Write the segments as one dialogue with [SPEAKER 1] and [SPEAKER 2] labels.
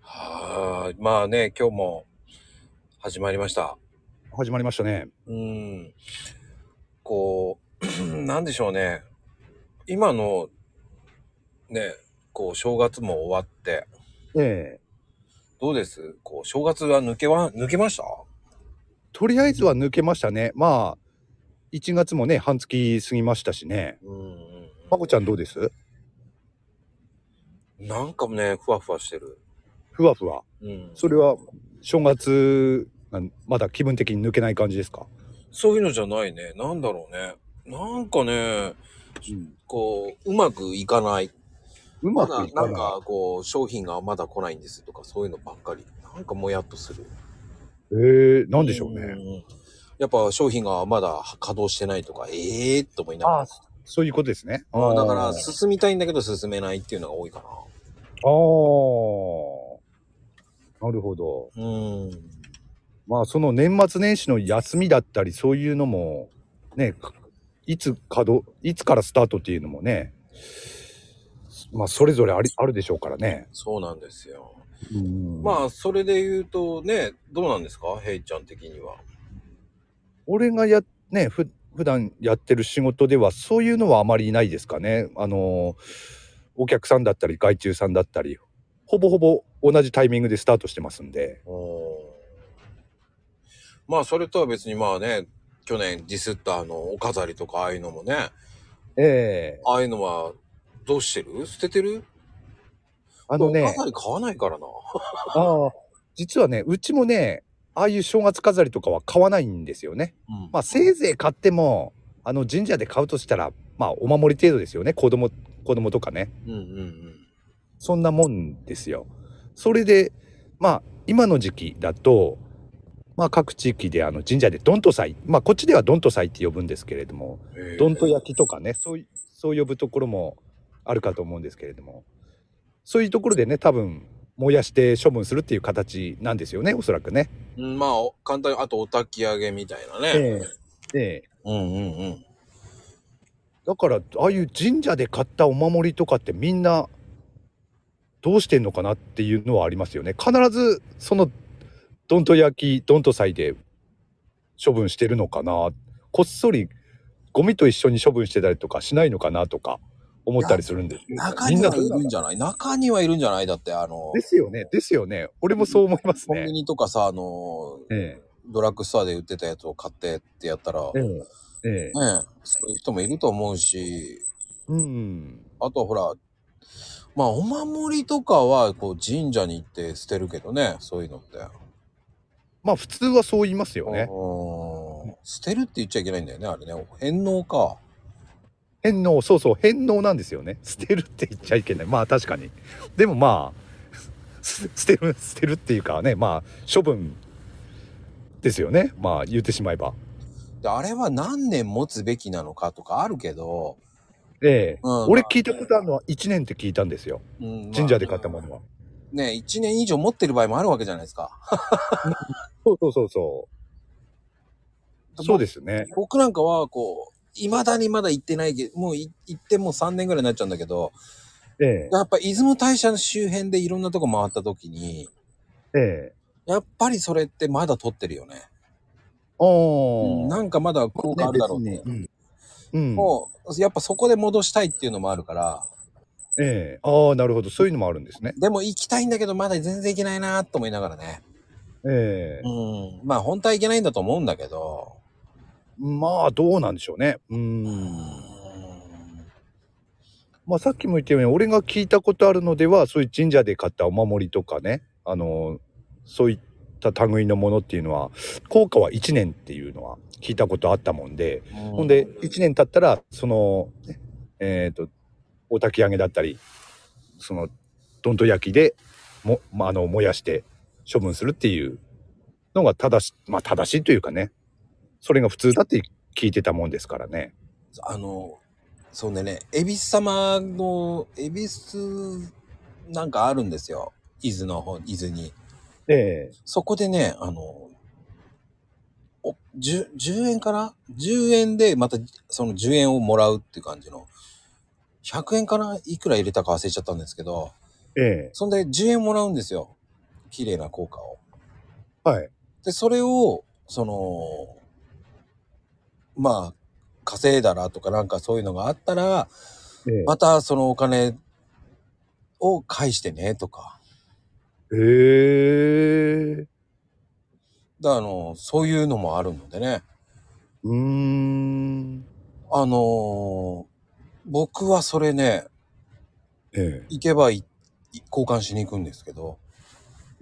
[SPEAKER 1] はい。まあね、今日も始まりました。
[SPEAKER 2] 始まりましたね。
[SPEAKER 1] うん。こう、 なんでしょうね。今の、ね、こう、正月も終わって、
[SPEAKER 2] ええ
[SPEAKER 1] どうですこう、正月は抜けは、抜けました
[SPEAKER 2] とりあえずは抜けましたね。まあ、1月もね、半月過ぎましたしね。
[SPEAKER 1] うん。
[SPEAKER 2] まこちゃんどうです
[SPEAKER 1] なんかね、ふわふわしてる。
[SPEAKER 2] ふわふわ。
[SPEAKER 1] うん。
[SPEAKER 2] それは、正月が、まだ気分的に抜けない感じですか、
[SPEAKER 1] そういうのじゃないね。なんだろうね。なんかね、こう、うまくいかない。
[SPEAKER 2] う
[SPEAKER 1] ま
[SPEAKER 2] ま
[SPEAKER 1] だ
[SPEAKER 2] くいか
[SPEAKER 1] な
[SPEAKER 2] ない。
[SPEAKER 1] んかこう商品がまだ来ないんですとかそういうのばっかりなんかもやっとする
[SPEAKER 2] ええなんでしょうね。
[SPEAKER 1] んやっぱ商品がまだ稼働してないとかええー、と思いながら
[SPEAKER 2] そういうことですね。
[SPEAKER 1] まあ、だか
[SPEAKER 2] あ
[SPEAKER 1] ら
[SPEAKER 2] ー
[SPEAKER 1] 進みたいんだけど進めないっていうのが多いか
[SPEAKER 2] あー。なるほど。
[SPEAKER 1] なうん
[SPEAKER 2] まあ、その年末年始の休みだったり、そういうのも、ね、かいつ稼働、いつからスタートっていうのもね、まあ、それぞれありあるでしょうからね。
[SPEAKER 1] そうなんですよ、
[SPEAKER 2] あ、
[SPEAKER 1] まあそれで言うとねどうなんですかヘイちゃん的には
[SPEAKER 2] 俺がや、ね、ふ、普段やってる仕事では、そういうのはあまりないですかね。あの、お客さんだったり、外注さんだったり、ほぼほぼ同じタイミングでスタートしてますんで。
[SPEAKER 1] おまあそれとは別にまあね去年ディスったあのお飾りとかああいうのもね
[SPEAKER 2] ええ
[SPEAKER 1] ああいうのはどうしてる捨ててる
[SPEAKER 2] あの
[SPEAKER 1] お
[SPEAKER 2] ね、
[SPEAKER 1] 飾り買わないからな。
[SPEAKER 2] ああ、実はね、うちもね、ああいう正月飾りとかは買わないんですよね。
[SPEAKER 1] うん
[SPEAKER 2] まあ、せいぜい買っても、あの神社で買うとしたら、まあ、お守り程度ですよね。子供、子供とかね。
[SPEAKER 1] うんうん
[SPEAKER 2] そんなもんですよ。それで、まあ、今の時期だと、まあ、各地域であの神社でどんと祭、まあ、こっちではどんと祭って呼ぶんですけれども、
[SPEAKER 1] うん。
[SPEAKER 2] どんと
[SPEAKER 1] や
[SPEAKER 2] 焼きとかね、そうい、そう呼ぶところもあるかと思うんですけれども、そういうところでね、多分、燃やして処分するっていう形なんですよね、おそらくね。
[SPEAKER 1] まあ、お簡単に、あとお焚き上げみたいなね。
[SPEAKER 2] ええええ
[SPEAKER 1] うんうんうん。
[SPEAKER 2] だからああいう神社で買ったお守りとかってみんなどうしてんのかなっていうのはありますよね必ずそのどんと焼きどんと祭で処分してるのかなこっそりゴミと一緒に処分してたりとかしないのかなとか思ったりするんですけど
[SPEAKER 1] 中
[SPEAKER 2] みん
[SPEAKER 1] に
[SPEAKER 2] な
[SPEAKER 1] はいるんじゃない中にはいるんじゃないだって、あの、
[SPEAKER 2] ですよねですよね俺もそう思います
[SPEAKER 1] コンビ
[SPEAKER 2] ね。
[SPEAKER 1] ニとかさ、あの、
[SPEAKER 2] え
[SPEAKER 1] ドラッグストアで売ってたやつを買ってってやったら、
[SPEAKER 2] え
[SPEAKER 1] ね
[SPEAKER 2] ええ
[SPEAKER 1] そういう人もいると思うし、
[SPEAKER 2] うん
[SPEAKER 1] あとはほら、まあ、お守りとかは、こう、神社に行って捨てるけどね、そういうのって。
[SPEAKER 2] まあ普通はそう言いますよね。
[SPEAKER 1] うん捨てるって言っちゃいけないんだよね、あれね。返納か。
[SPEAKER 2] 返納そうそう返納なんですよね捨てるって言っちゃいけないまあ確かにでもまあす捨てる捨てるっていうかねまあ処分ですよねまあ言ってしまえば
[SPEAKER 1] であれは何年持つべきなのかとかあるけど、
[SPEAKER 2] ええ
[SPEAKER 1] うん
[SPEAKER 2] 俺聞いたことあるのは1年って聞いたんですよ
[SPEAKER 1] うん
[SPEAKER 2] 神社で買ったものは、
[SPEAKER 1] ね1年以上持ってる場合もあるわけじゃないですか
[SPEAKER 2] そうそうそうそうそうですね
[SPEAKER 1] 僕なんかはこういまだにまだ行ってないけどもうい行ってもう3年ぐらいになっちゃうんだけど
[SPEAKER 2] え
[SPEAKER 1] やっぱ出雲大社の周辺でいろんなとこ回った時に
[SPEAKER 2] えええ
[SPEAKER 1] やっぱりそれってまだ取ってるよね、
[SPEAKER 2] お
[SPEAKER 1] うん
[SPEAKER 2] ー
[SPEAKER 1] なんかまだ効果あるだろうね
[SPEAKER 2] ね別にうん、うん
[SPEAKER 1] もうやっぱそこで戻したいっていうのもあるから
[SPEAKER 2] ええああなるほどそういうのもあるんですね
[SPEAKER 1] でも行きたいんだけどまだ全然行けないなと思いながらね
[SPEAKER 2] ええ
[SPEAKER 1] うんまあ本当は行けないんだと思うんだけど
[SPEAKER 2] まあどうなんでしょうねう
[SPEAKER 1] うん
[SPEAKER 2] まあ、さっきも言ったように俺が聞いたことあるのではそういう神社で買ったお守りとかねあのそういった類のものっていうのは効果は1年っていうのは聞いたことあったもんで、ほんで1年経ったらそのねえっ、とお焚き上げだったりそのどんと焼きでも、まあ、あの燃やして処分するっていうのが正しまあ正しいというかねそれが普通だって聞いてたもんですからね。
[SPEAKER 1] あの、そうでね、恵比寿様の、恵比寿なんかあるんですよ。伊豆の方、伊豆に。
[SPEAKER 2] ええ
[SPEAKER 1] そこでね、あの、お 10, 10円かな ?10 円でまたその10円をもらうっていう感じの。100円かないくら入れたか忘れちゃったんですけど、
[SPEAKER 2] ええ
[SPEAKER 1] そんで10円もらうんですよ。綺麗な硬貨を。
[SPEAKER 2] はい。
[SPEAKER 1] で、それを、その、まあ、稼いだらとかなんかそういうのがあったら、
[SPEAKER 2] ええ
[SPEAKER 1] またそのお金を返してねとか。
[SPEAKER 2] へえ。
[SPEAKER 1] だからあの、そういうのもあるのでね。
[SPEAKER 2] うーん。
[SPEAKER 1] あの僕はそれね、
[SPEAKER 2] ええ。
[SPEAKER 1] 行けばい交換しに行くんですけど、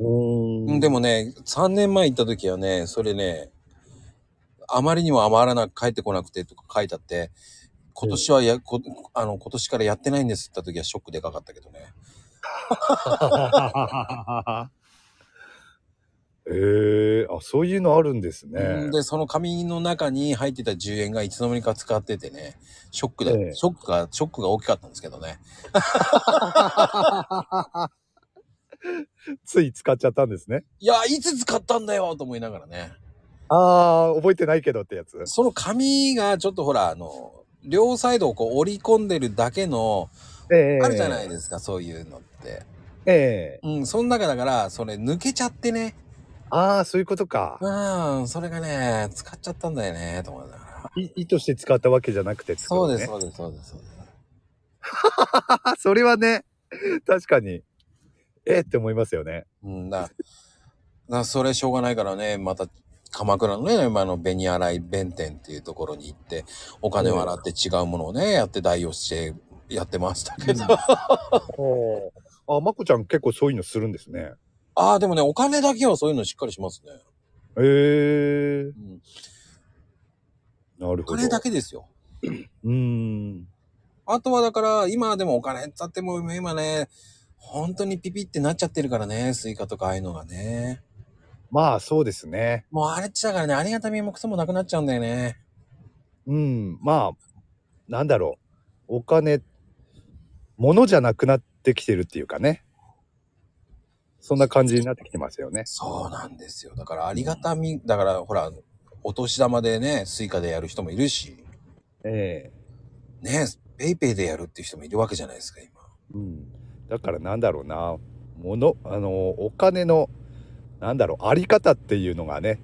[SPEAKER 2] お
[SPEAKER 1] うんで もね3年前行った時はねそれねあまりにも余らなく帰ってこなくてとか書いてあって今年はや、こあの今年からやってないんですって言った時はショックでかかったけどね
[SPEAKER 2] ええあ、そういうのあるんですね。
[SPEAKER 1] うんでその紙の中に入ってた10円がいつの間にか使っててねショックだ、
[SPEAKER 2] ええ
[SPEAKER 1] ショックがショックが大きかったんですけどね
[SPEAKER 2] つい使っちゃったんですね。
[SPEAKER 1] いやいつ使ったんだよと思いながらね
[SPEAKER 2] ああ、覚えてないけどってやつ。
[SPEAKER 1] その紙がちょっとほらあの両サイドをこう折り込んでるだけの
[SPEAKER 2] ええ
[SPEAKER 1] あるじゃないですか、そういうのって。
[SPEAKER 2] ええ
[SPEAKER 1] うん、その中だから、それ抜けちゃってね。
[SPEAKER 2] ああ、そういうことか。
[SPEAKER 1] うん、それがね、使っちゃったんだよね、と思いながら。
[SPEAKER 2] い意図して使ったわけじゃなくてって
[SPEAKER 1] そ
[SPEAKER 2] こ
[SPEAKER 1] う
[SPEAKER 2] とね
[SPEAKER 1] です、そうです、そうです、そうです。
[SPEAKER 2] あ、それはね、確かに、えーって思いますよね。
[SPEAKER 1] うんだ、だからそれしょうがないからね、また、鎌倉のね、今の紅洗い弁天っていうところに行って、お金を洗って違うものをね、やって代用してやってましたけど。あ
[SPEAKER 2] あ、まこちゃん結構そういうのするんですね。
[SPEAKER 1] あー、でもね、お金だけはそういうのしっかりしますね。
[SPEAKER 2] ええ
[SPEAKER 1] うん、
[SPEAKER 2] なる
[SPEAKER 1] お
[SPEAKER 2] ほど。
[SPEAKER 1] 金だけですよ。
[SPEAKER 2] うーん。
[SPEAKER 1] あとはだから、今でもお金使っても、今ね、本当にピピってなっちゃってるからね、スイカとかああいうのがね。
[SPEAKER 2] まあ、そうですね。
[SPEAKER 1] もうあれっちだからね、ありがたみもクソもなくなっちゃうんだよね。
[SPEAKER 2] うん。まあ、なんだろう。お金、物じゃなくなってきてるっていうかね。そんな感じになってきてますよね。
[SPEAKER 1] そうなんですよ。だからありがたみ、だからほら、お年玉でね、スイカでやる人もいるし、
[SPEAKER 2] え
[SPEAKER 1] ね、ペイペイでやるっていう人もいるわけじゃないですか、今。
[SPEAKER 2] えうん。だからなんだろうな。物、あの、お金の、なんだろう、あり方っていうのがね、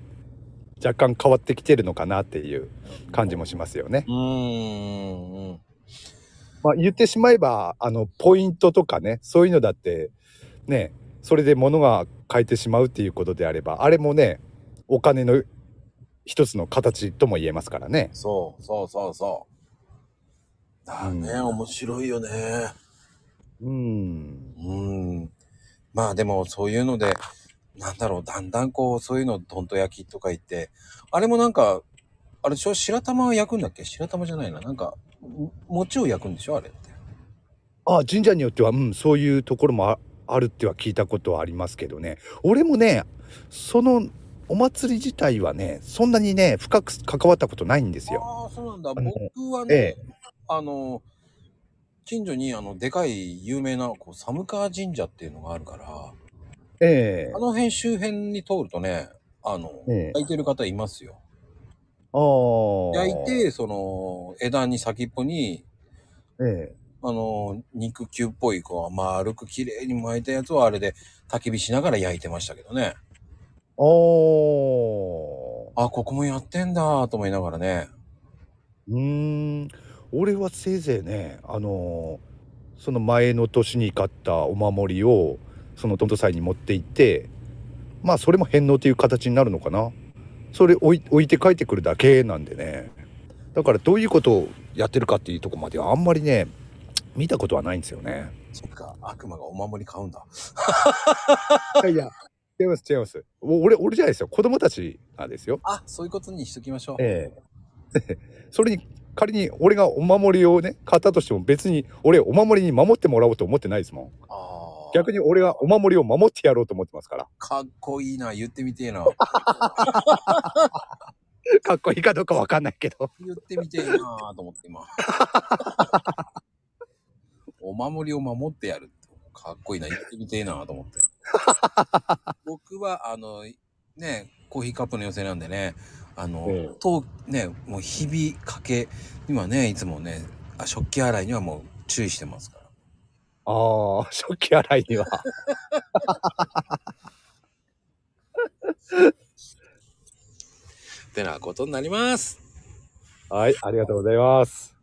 [SPEAKER 2] 若干変わってきてるのかなっていう感じもしますよね。
[SPEAKER 1] うーん。
[SPEAKER 2] まあ、言ってしまえばあのポイントとかねそういうのだってねそれで物が変えてしまうっていうことであればあれもねお金の一つの形とも言えますからね。
[SPEAKER 1] そうそうそうそう。だからね、
[SPEAKER 2] うん
[SPEAKER 1] 面白いよね。
[SPEAKER 2] うん
[SPEAKER 1] うん。まあでもそういうので、なんだろう、だんだんこう、そういうのどんと焼きとか言って、あれもなんか、あれでしょ白玉を焼くんだっけ白玉じゃないな。なんか、も餅を焼くんでしょあれって。
[SPEAKER 2] あ神社によっては、うん、そういうところもああるっては聞いたことはありますけどね俺もねそのお祭り自体はねそんなにね深く関わったことないんですよ。
[SPEAKER 1] ああ、そうなんだ。
[SPEAKER 2] あの
[SPEAKER 1] 僕はね、
[SPEAKER 2] ええ
[SPEAKER 1] あの、近所にあの、でかい有名な、こう、寒川神社っていうのがあるから、
[SPEAKER 2] ええ
[SPEAKER 1] あの辺周辺に通るとね、あの、
[SPEAKER 2] ええ
[SPEAKER 1] 焼いてる方いますよ。
[SPEAKER 2] あー
[SPEAKER 1] 焼いて、その、枝に先っぽに
[SPEAKER 2] ええ
[SPEAKER 1] あの、肉球っぽい、こう、丸く綺麗に巻いたやつをあれで焚き火しながら焼いてましたけどね。
[SPEAKER 2] あー
[SPEAKER 1] あ、ここもやってんだと思いながらね。
[SPEAKER 2] うーん俺はせいぜいねあのーその前の年に買ったお守りをそのトント祭に持って行ってまあそれも返納という形になるのかなそれ置い置いて帰ってくるだけなんでねだからどういうことをやってるかっていうとこまではあんまりね見たことはないんですよね。
[SPEAKER 1] そっか、悪魔がお守り買うんだ。
[SPEAKER 2] いやいや違います違いますお俺俺じゃないですよ子供たちなんですよ。
[SPEAKER 1] あ、そういうことにしときましょう。
[SPEAKER 2] ええ それに仮に俺がお守りをね買ったとしても別に俺お守りに守ってもらおうと思ってないですもん
[SPEAKER 1] あー
[SPEAKER 2] 逆に俺がお守りを守ってやろうと思ってますから
[SPEAKER 1] かっこいいな、言ってみてえな。
[SPEAKER 2] かっこいいかどうかわかんないけど
[SPEAKER 1] 言ってみてえなと思って 今。お守りを守ってやるって。かっこいいな、言ってみてえなと思って。僕は、あの、ね、コーヒーカップの寄せなんでね、あの、
[SPEAKER 2] ええ
[SPEAKER 1] と、ね、もう日々かけ、今ね、いつもね、あ食器洗いにはもう注意してますから。
[SPEAKER 2] ああ食器洗いには
[SPEAKER 1] てなことになります。
[SPEAKER 2] はい、ありがとうございます。